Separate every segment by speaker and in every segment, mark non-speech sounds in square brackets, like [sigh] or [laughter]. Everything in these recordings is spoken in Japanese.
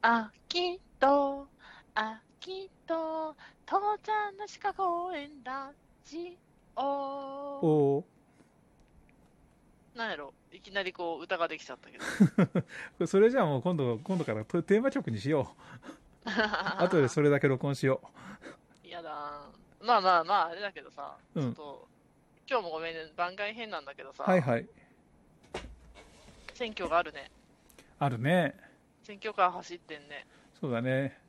Speaker 1: 秋と、秋と、父ちゃんの鹿公園ラジオ。
Speaker 2: おー
Speaker 1: なんやろいきなりこう歌ができちゃったけど。
Speaker 2: これそれじゃあもう今度今度からとテーマ曲にしよう
Speaker 1: あ
Speaker 2: [laughs] 後でそれだけ録音しよ
Speaker 1: [laughs] やだーまあまあまあ、あれだけどさ、
Speaker 2: うん
Speaker 1: ちょっと、今日もごめんね、番外編なんだけど
Speaker 2: う
Speaker 1: さ、
Speaker 2: はいはい
Speaker 1: 選挙があるね。
Speaker 2: あるね
Speaker 1: 選挙カー走ってんね。
Speaker 2: そうだね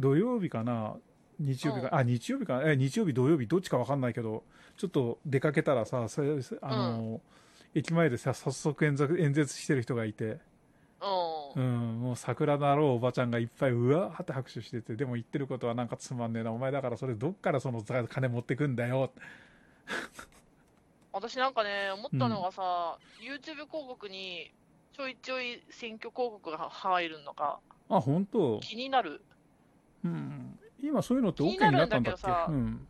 Speaker 2: 土曜日かな日曜日か、あ日曜日かえ日曜日土曜日どっちか分かんないけどちょっと出かけたらさそれあの、駅前でさ早速演説演説してる人がいて、
Speaker 1: う。
Speaker 2: うんん、もう桜だろうおばちゃんがいっぱいうわーって拍手しててでも言ってることはなんかつまんねえなお前だからそれどっからそのざ金持ってくんだよ
Speaker 1: 私なんかね、思ったのがさ、YouTube 広告にちょいちょい選挙広告が入るのが
Speaker 2: あ本当
Speaker 1: 気になる。
Speaker 2: うん今そういうのって
Speaker 1: 気
Speaker 2: OK
Speaker 1: に
Speaker 2: に
Speaker 1: な
Speaker 2: な
Speaker 1: る
Speaker 2: っ
Speaker 1: ん
Speaker 2: た
Speaker 1: だ
Speaker 2: ん
Speaker 1: け
Speaker 2: だ
Speaker 1: ど
Speaker 2: っけ
Speaker 1: さ
Speaker 2: うん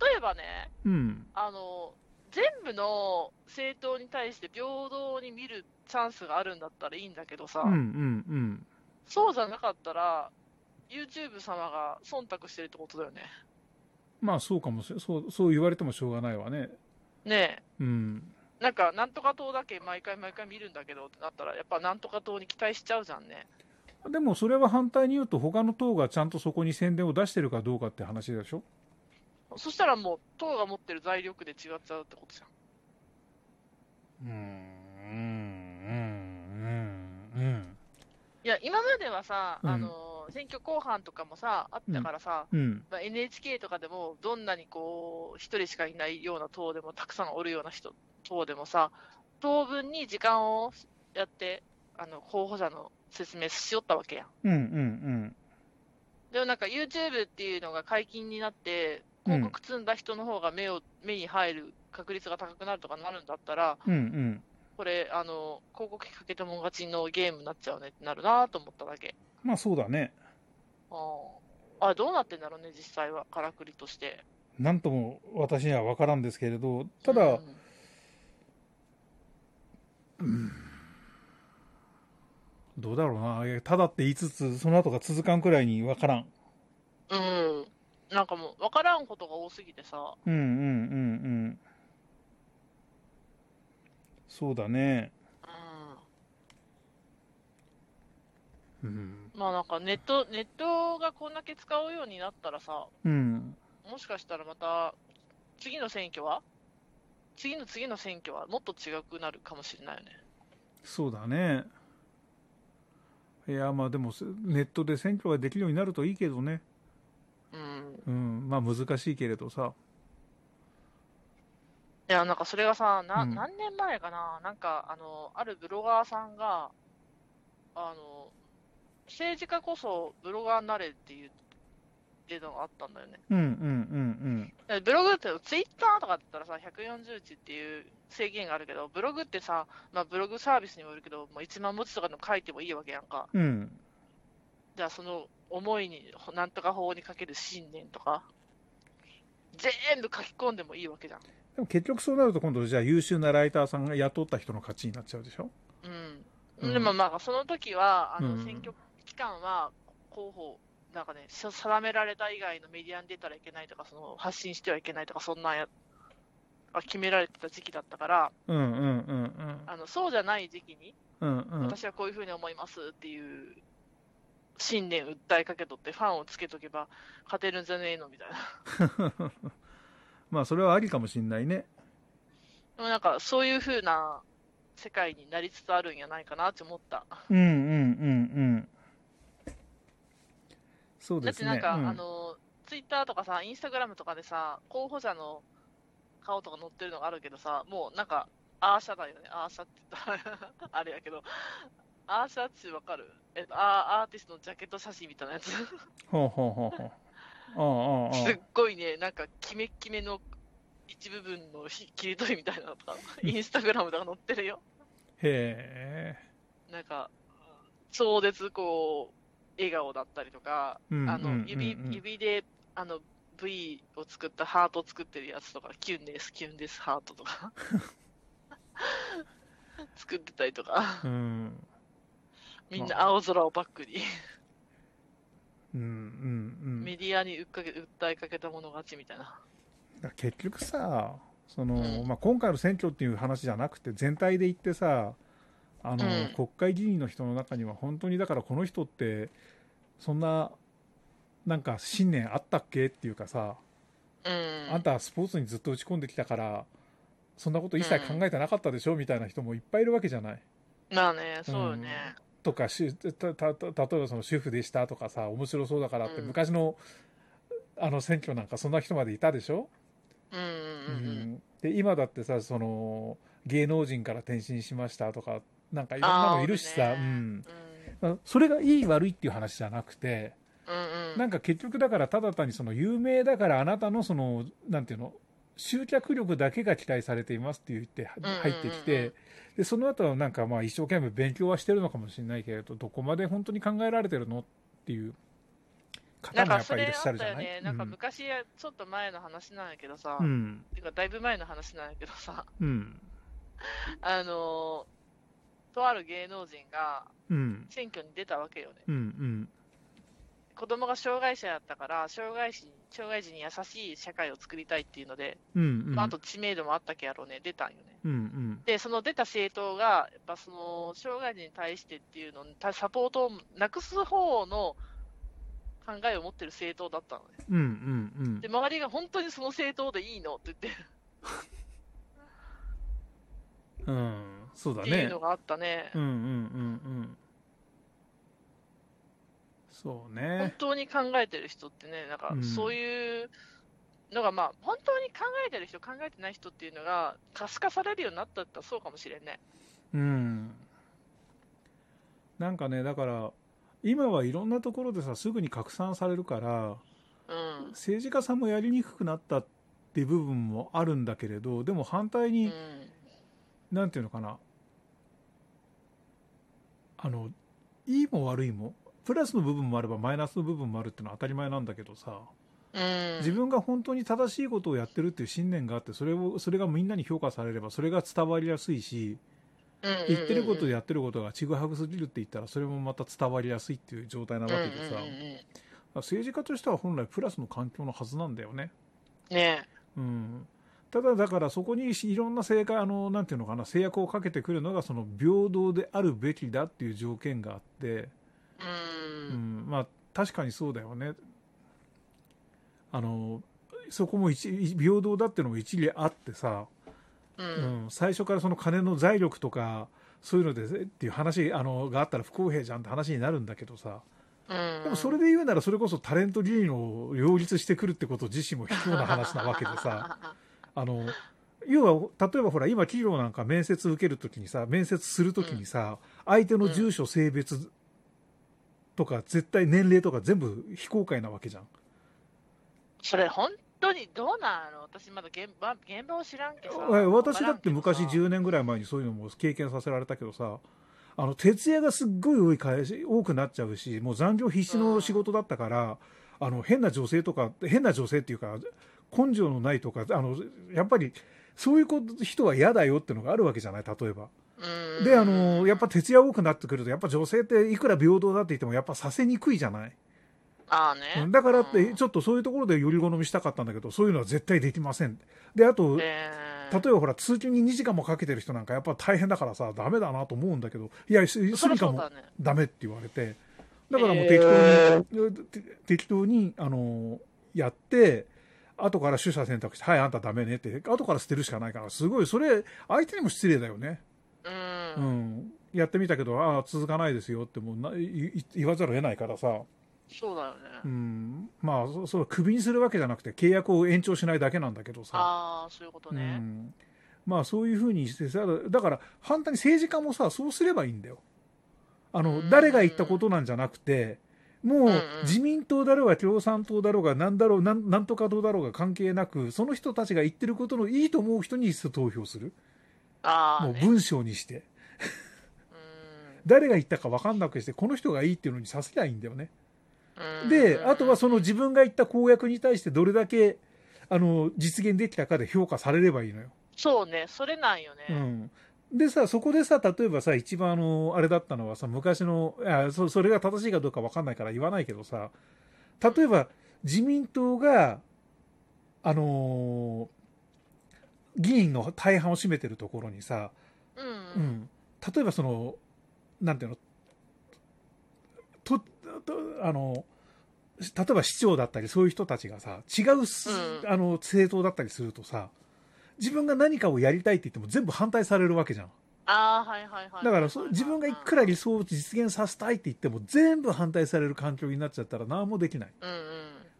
Speaker 1: 例えばね、
Speaker 2: うん
Speaker 1: あの全部の政党に対して平等に見るチャンスがあるんだったらいいんだけどさ、
Speaker 2: うんうんうん
Speaker 1: そうじゃなかったら、YouTube 様が忖度してるってことだよね。
Speaker 2: まあそうかもしれそうそう言われてもしょうがないわね
Speaker 1: ね
Speaker 2: うん
Speaker 1: え、なんか、なんとか党だけ毎回毎回見るんだけどってなったら、やっぱなんとか党に期待しちゃうじゃんね。
Speaker 2: でもそれは反対に言うと他の党がちゃんとそこに宣伝を出してるかどうかって話でしょ
Speaker 1: そしたらもう、党が持ってる財力で違っちゃうってことじゃん。
Speaker 2: うんうんうんうん
Speaker 1: いや、今まではさ、
Speaker 2: うん
Speaker 1: あの選挙後半とかもさ、あったからさ、
Speaker 2: うん
Speaker 1: まあ、NHK とかでも、どんなにこう、一人しかいないような党でも、たくさんおるような人、党でもさ、当分に時間をやって、あの、候補者の説明しよったわけやん。
Speaker 2: うんうん
Speaker 1: でもなんか YouTube っていうのが解禁になって、
Speaker 2: うん
Speaker 1: 広告積んだ人の方が目を、目に入る確率が高くなるとかなるんだったら、
Speaker 2: うんうん
Speaker 1: これ、あの、広告費かけたもん勝ちのゲームになっちゃうねってなるなと思っただけ。
Speaker 2: まあそうだね
Speaker 1: ああ、どうなってんだろうね、実際は、からくりとして。
Speaker 2: なんとも私には分からんですけれどた
Speaker 1: う
Speaker 2: だ
Speaker 1: ん
Speaker 2: どうだろうないやただって言いつつその後が続かんくらいに分からん
Speaker 1: うん。なんかもう、わからんことが多すぎてさ。
Speaker 2: うんうんうんうんそうだね
Speaker 1: うん。
Speaker 2: うん
Speaker 1: まあなんか、ネット、ネットがこんだけ使うようになったらさ、
Speaker 2: うん
Speaker 1: もしかしたらまた、次の選挙は次の次の選挙はもっと違くなるかもしれないよね。
Speaker 2: そうだね。いや、まあでも、せネットで選挙ができるようになるといいけどね。
Speaker 1: うん。
Speaker 2: うん。まあ難しいけれどさ。
Speaker 1: いや、なんかそれがさ、な、
Speaker 2: うん
Speaker 1: 何年前かななんか、あの、あるブロガーさんが、あの、政治家こそブロガーになれっていう、っていうのがあったんだよね。
Speaker 2: うんうんうん
Speaker 1: えブログって、ツイッターとかだったらさ、140字っていう制限があるけど、ブログってさ、まあ、ブログサービスにもよるけど、もう1万文字とかでも書いてもいいわけやんか。
Speaker 2: うん。うん。
Speaker 1: じゃあ、その思いに、ほなんとか法にかける信念とか、全部書き込んでもいいわけじゃん。
Speaker 2: でも結局そうなると今度じゃあ優秀なライターさんが雇った人の勝ちになっちゃうでしょう
Speaker 1: うんん。でも、まあ、その時は、あ
Speaker 2: う
Speaker 1: の、
Speaker 2: ん
Speaker 1: 選挙期間は、候補、なんかね、し定められた以外のメディアに出たらいけないとか、その発信してはいけないとか、そんなんや、あ決められてた時期だったから、
Speaker 2: うんうんうんうん。
Speaker 1: あの、そうじゃない時期に、
Speaker 2: うんうん。
Speaker 1: 私はこういうふうに思いますっていう信念訴えかけとってファンをつけとけば勝てるんじゃねえのみたいな。 [laughs]
Speaker 2: まあそれはありかもしんないね。
Speaker 1: でもなんかそういうふうな世界になりつつあるんやないかなって思った。
Speaker 2: うんうんうんうん。そう
Speaker 1: だ
Speaker 2: で
Speaker 1: っ
Speaker 2: す
Speaker 1: て
Speaker 2: ね。
Speaker 1: なんか、
Speaker 2: うん
Speaker 1: あの、ツイッターとかさ、インスタグラムとかでさ、候補者の顔とか載ってるのがあるけどさ、もうなんか、アーシャだよね。アーシャって言ったら [laughs] あれやけど、アーシャってわかるえっと、アーアーティストのジャケット写真みたいなやつ。
Speaker 2: ほうほうほうほう。あああああ
Speaker 1: す
Speaker 2: あ
Speaker 1: っ。ごいね、なんかキメッキメの一部分のひ切り取りみたいなのと
Speaker 2: [laughs]
Speaker 1: か、インスタグラムとか載ってるよ。
Speaker 2: へえ。
Speaker 1: なんか、超絶こう、笑顔だったりとか、
Speaker 2: うん
Speaker 1: あ
Speaker 2: うんうんう
Speaker 1: の
Speaker 2: ん
Speaker 1: 指指であの V を作ったハートを作ってるやつとか、キュンです、キュンです、ハートとか。 [laughs] 作ってたりとか、
Speaker 2: [laughs] うん。
Speaker 1: みんな青空をバックに。
Speaker 2: うんうん
Speaker 1: メディアにうっかけ訴えかけた者勝ちみたいな。
Speaker 2: うん、結局さその、
Speaker 1: うん
Speaker 2: まあ、今回の選挙っていう話じゃなくて全体で言ってさあの、
Speaker 1: うん
Speaker 2: 国会議員の人の中には本当にだからこの人ってそんななんか信念あったっけっていうかさ、
Speaker 1: うん。
Speaker 2: あんたはスポーツにずっと打ち込んできたからそんなこと一切考えてなかったでしょ、みたいな人もいっぱいいるわけじゃない。
Speaker 1: まあね、そうよね。
Speaker 2: とかしたたた例えばその主婦でしたとかさ面白そうだからって、
Speaker 1: うん
Speaker 2: 昔のあの選挙なんかそんな人までいたでしょ、
Speaker 1: うんうんうん
Speaker 2: で今だってさその芸能人から転身しましたとかなんかい
Speaker 1: うん。
Speaker 2: ろん
Speaker 1: あ
Speaker 2: な
Speaker 1: あ
Speaker 2: のいるしさ、
Speaker 1: おる
Speaker 2: う
Speaker 1: ね
Speaker 2: ん、それがいい悪いっていう話じゃなくて、
Speaker 1: うんうんうん。
Speaker 2: なんか結局だからただ単にその有名だからあなたのそのなんていうの集客力だけが期待されていますって言って
Speaker 1: んうんうん
Speaker 2: 入ってきて、でその後はなんかまあ一生懸命勉強はしてるのかもしれないけれどどこまで本当に考えられてるのっていう
Speaker 1: な
Speaker 2: 方
Speaker 1: ん
Speaker 2: もや
Speaker 1: か
Speaker 2: っぱ
Speaker 1: そ
Speaker 2: りい
Speaker 1: れ
Speaker 2: らっ
Speaker 1: あ
Speaker 2: しゃ
Speaker 1: っ
Speaker 2: るじ
Speaker 1: た
Speaker 2: ゃ
Speaker 1: よ
Speaker 2: ない
Speaker 1: ね。なんか昔、ちょっと前の話なんやけどさ、
Speaker 2: うんうん
Speaker 1: てかだいぶ前の話なんやけどさ、 [laughs]
Speaker 2: うん
Speaker 1: あのーとある芸能人が
Speaker 2: うん
Speaker 1: 選挙に出たわけよね。
Speaker 2: うんうん
Speaker 1: 子供が障害者やったから、障害児障害児に優しい社会を作りたいっていうので、
Speaker 2: うんうん
Speaker 1: まあ、あと知名度もあったけやろうね、出たんよね。
Speaker 2: うんうん
Speaker 1: で、その出た政党が、やっぱその障害児に対してっていうのに、たサポートをなくす方の考えを持ってる政党だったのね。
Speaker 2: うんうんうん
Speaker 1: で、周りが本当にその政党でいいのって言って、
Speaker 2: うんそうだ
Speaker 1: ってい
Speaker 2: ね
Speaker 1: うのがあったね。
Speaker 2: うんうんうんうんそう
Speaker 1: 本
Speaker 2: ね
Speaker 1: 当に考えてる人ってね、なんか
Speaker 2: うん
Speaker 1: そういうのが、まあ、本当に考えてる人、考えてない人っていうのが、可視化されるようになったったらそうかもしれんね。
Speaker 2: うんなんかねだから今はいろんなところでさすぐに拡散されるから
Speaker 1: うん。
Speaker 2: 政治家さんもやりにくくなったっていう部分もあるんだけれどでも反対
Speaker 1: う
Speaker 2: に、
Speaker 1: ん。
Speaker 2: なんていうのかなあのいいも悪いもプラスの部分もあればマイナスの部分もあるっていうのは当たり前なんだけどさ
Speaker 1: うん。
Speaker 2: 自分が本当に正しいことをやってるっていう信念があってそれをそれがみんなに評価されればそれが伝わりやすいし
Speaker 1: うん
Speaker 2: 言ってることとやってることがちぐはぐすぎるって言ったらそれもまた伝わりやすいっていう状態なわけでさ、
Speaker 1: うんうんうんうんうん
Speaker 2: 政治家としては本来プラスの環境のはずなんだよね、
Speaker 1: ね
Speaker 2: うん、ただだからそこにいろんな正解あのなんていうのかな制約をかけてくるのがその平等であるべきだっていう条件があって、
Speaker 1: えう
Speaker 2: うん
Speaker 1: ん。
Speaker 2: まあ確かにそうだよねあのそこも一平等だっていうのも一理あってさ、
Speaker 1: う。
Speaker 2: うんん、最初からその金の財力とかそういうのでっていう話あのがあったら不公平じゃんって話になるんだけどさ
Speaker 1: うん。
Speaker 2: でもそれで言うならそれこそタレント議員を擁立してくるってこと自身も卑怯な話なわけで
Speaker 1: [laughs]
Speaker 2: さあの要は例えばほら今企業なんか面接受けるときにさ面接するときにさ、相手の住所性別とか絶対年齢とか全部非公開なわけじゃん。
Speaker 1: それ本当にどうなの私まだ現場現場を知らんけさ。
Speaker 2: え私だって昔
Speaker 1: わからんけどさ
Speaker 2: 10年ぐらい前にそういうのも経験させられたけどさあの徹夜がすっごい多い会社多くなっちゃうしもう残業必死の仕事だったから、あの変な女性とか変な女性っていうか根性のないとかあのやっぱりそういうこと人は嫌だよっていうのがあるわけじゃない例えば。
Speaker 1: うん
Speaker 2: であのやっぱ徹夜多くなってくるとやっぱ女性っていくら平等だって言ってもやっぱさせにくいじゃない。
Speaker 1: ああね。
Speaker 2: だからっ
Speaker 1: う
Speaker 2: て
Speaker 1: ん
Speaker 2: ちょっとそういうところでより好みしたかったんだけどそういうのは絶対できません。であと
Speaker 1: ねえ
Speaker 2: 例えばほら通勤に2時間もかけてる人なんかやっぱ大変だからさダメだなと思うんだけどいやす
Speaker 1: そ
Speaker 2: ス
Speaker 1: りゃ
Speaker 2: ミカ
Speaker 1: そう
Speaker 2: も
Speaker 1: だね。
Speaker 2: ダメって言われてだからもう
Speaker 1: へ
Speaker 2: 適当に、
Speaker 1: ー
Speaker 2: て適当にあのやって後から取捨選択して「はいあんたダメね」って後から捨てるしかないからすごいそれ相手にも失礼だよね、
Speaker 1: う。
Speaker 2: うんん、やってみたけどああ続かないですよってもうないい言わざるを得ないからさ、
Speaker 1: そうだよね。
Speaker 2: うん、まあそそうクビにするわけじゃなくて契約を延長しないだけなんだけどさ
Speaker 1: ああ、そういうこと
Speaker 2: う
Speaker 1: ね。
Speaker 2: ん、まあそういうふうにしてさだから反対に政治家もさそうすればいいんだよあの、
Speaker 1: うん
Speaker 2: 誰が言ったことなんじゃなくても
Speaker 1: うんう
Speaker 2: うん自民党だろうが共産党だろうが何だろうなんなんとかどうだろうが関係なくその人たちが言ってることのいいと思う人に投票する
Speaker 1: ああ
Speaker 2: もう
Speaker 1: ね。
Speaker 2: 文章にして
Speaker 1: うん
Speaker 2: 誰が言ったか分かんなくしてこの人がいいっていうのにさせりゃいいんだよね
Speaker 1: うん
Speaker 2: であとはその自分が言った公約に対してどれだけあの実現できたかで評価されればいいのよ
Speaker 1: そうね、それなんよね。
Speaker 2: うん、でさそこでさ例えばさ一番あのあれだったのはさ昔のあそそれが正しいかどうか分かんないから言わないけどさ例えば自民党が、あのー議員の大半を占めてるところにさ、
Speaker 1: うん
Speaker 2: う。ん、例えばその、なんていうの、と、とあの、例えば市長だったりそういう人たちがさ、違うす、
Speaker 1: うん
Speaker 2: あの、政党だったりするとさ、自分が何かをやりたいって言っても全部反対されるわけじゃん。
Speaker 1: ああ、はいはいはい。
Speaker 2: だからそ自分がいくら理想を実現させたいって言っても全部反対される環境になっちゃったら何もできない。
Speaker 1: うん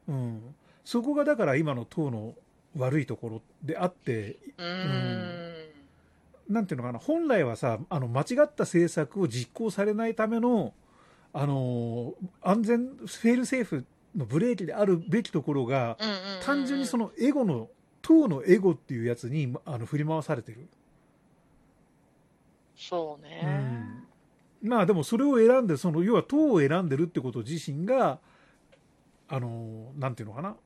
Speaker 1: うん。
Speaker 2: うん。そこがだから今の党の悪いところであって、
Speaker 1: うーん。
Speaker 2: なんていうのかな、本来はさ、あの間違った政策を実行されないための、あのー安全、フェールセーフのブレーキであるべきところが、
Speaker 1: うんうんうん
Speaker 2: 単純にそのエゴの、党のエゴっていうやつにあの振り回されてる。
Speaker 1: そうね、
Speaker 2: うん、まあでもそれを選んでその要は党を選んでるってこと自身があのなんていうのかな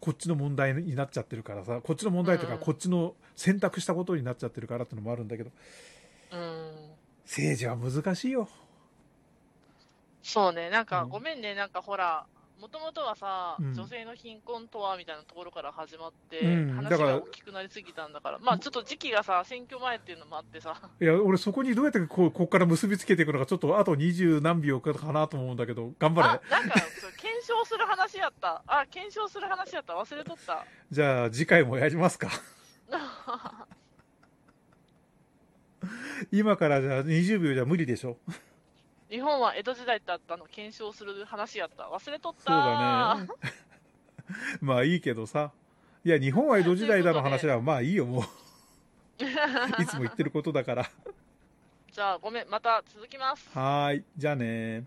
Speaker 2: こっちの問題になっちゃってるからさこっちの問題というか
Speaker 1: うん
Speaker 2: こっちの選択したことになっちゃってるからってのもあるんだけど
Speaker 1: うん
Speaker 2: 政治は難しいよ。
Speaker 1: そうね、なんか、
Speaker 2: うん
Speaker 1: ごめんね、なんかほら、もともとはさ、
Speaker 2: うん
Speaker 1: 女性の貧困とはみたいなところから始まって、
Speaker 2: うんだ
Speaker 1: 話
Speaker 2: から
Speaker 1: が大きくなりすぎたんだから、まあちょっと時期がさ、選挙前っていうのもあってさ、
Speaker 2: いや俺そこにどうやってこうここから結びつけていくのかちょっとあと二十何秒かなと思うんだけど頑張れ
Speaker 1: あなんか、そう検証する話やった、あ検証する話やった、忘れとった。 [laughs]
Speaker 2: じゃあ次回もやりますか [laughs] 今からじゃあ20秒じゃ無理でしょ
Speaker 1: 日本は江戸時代ってあったの検証する話やった、忘れとった。
Speaker 2: そうだね。まあいいけどさ。いや、日本は江戸時代だの話はまあいいよ、 [laughs] もう。いつも言ってることだから。
Speaker 1: じゃあ、ごめん、また続きます。
Speaker 2: はーい。じゃあねー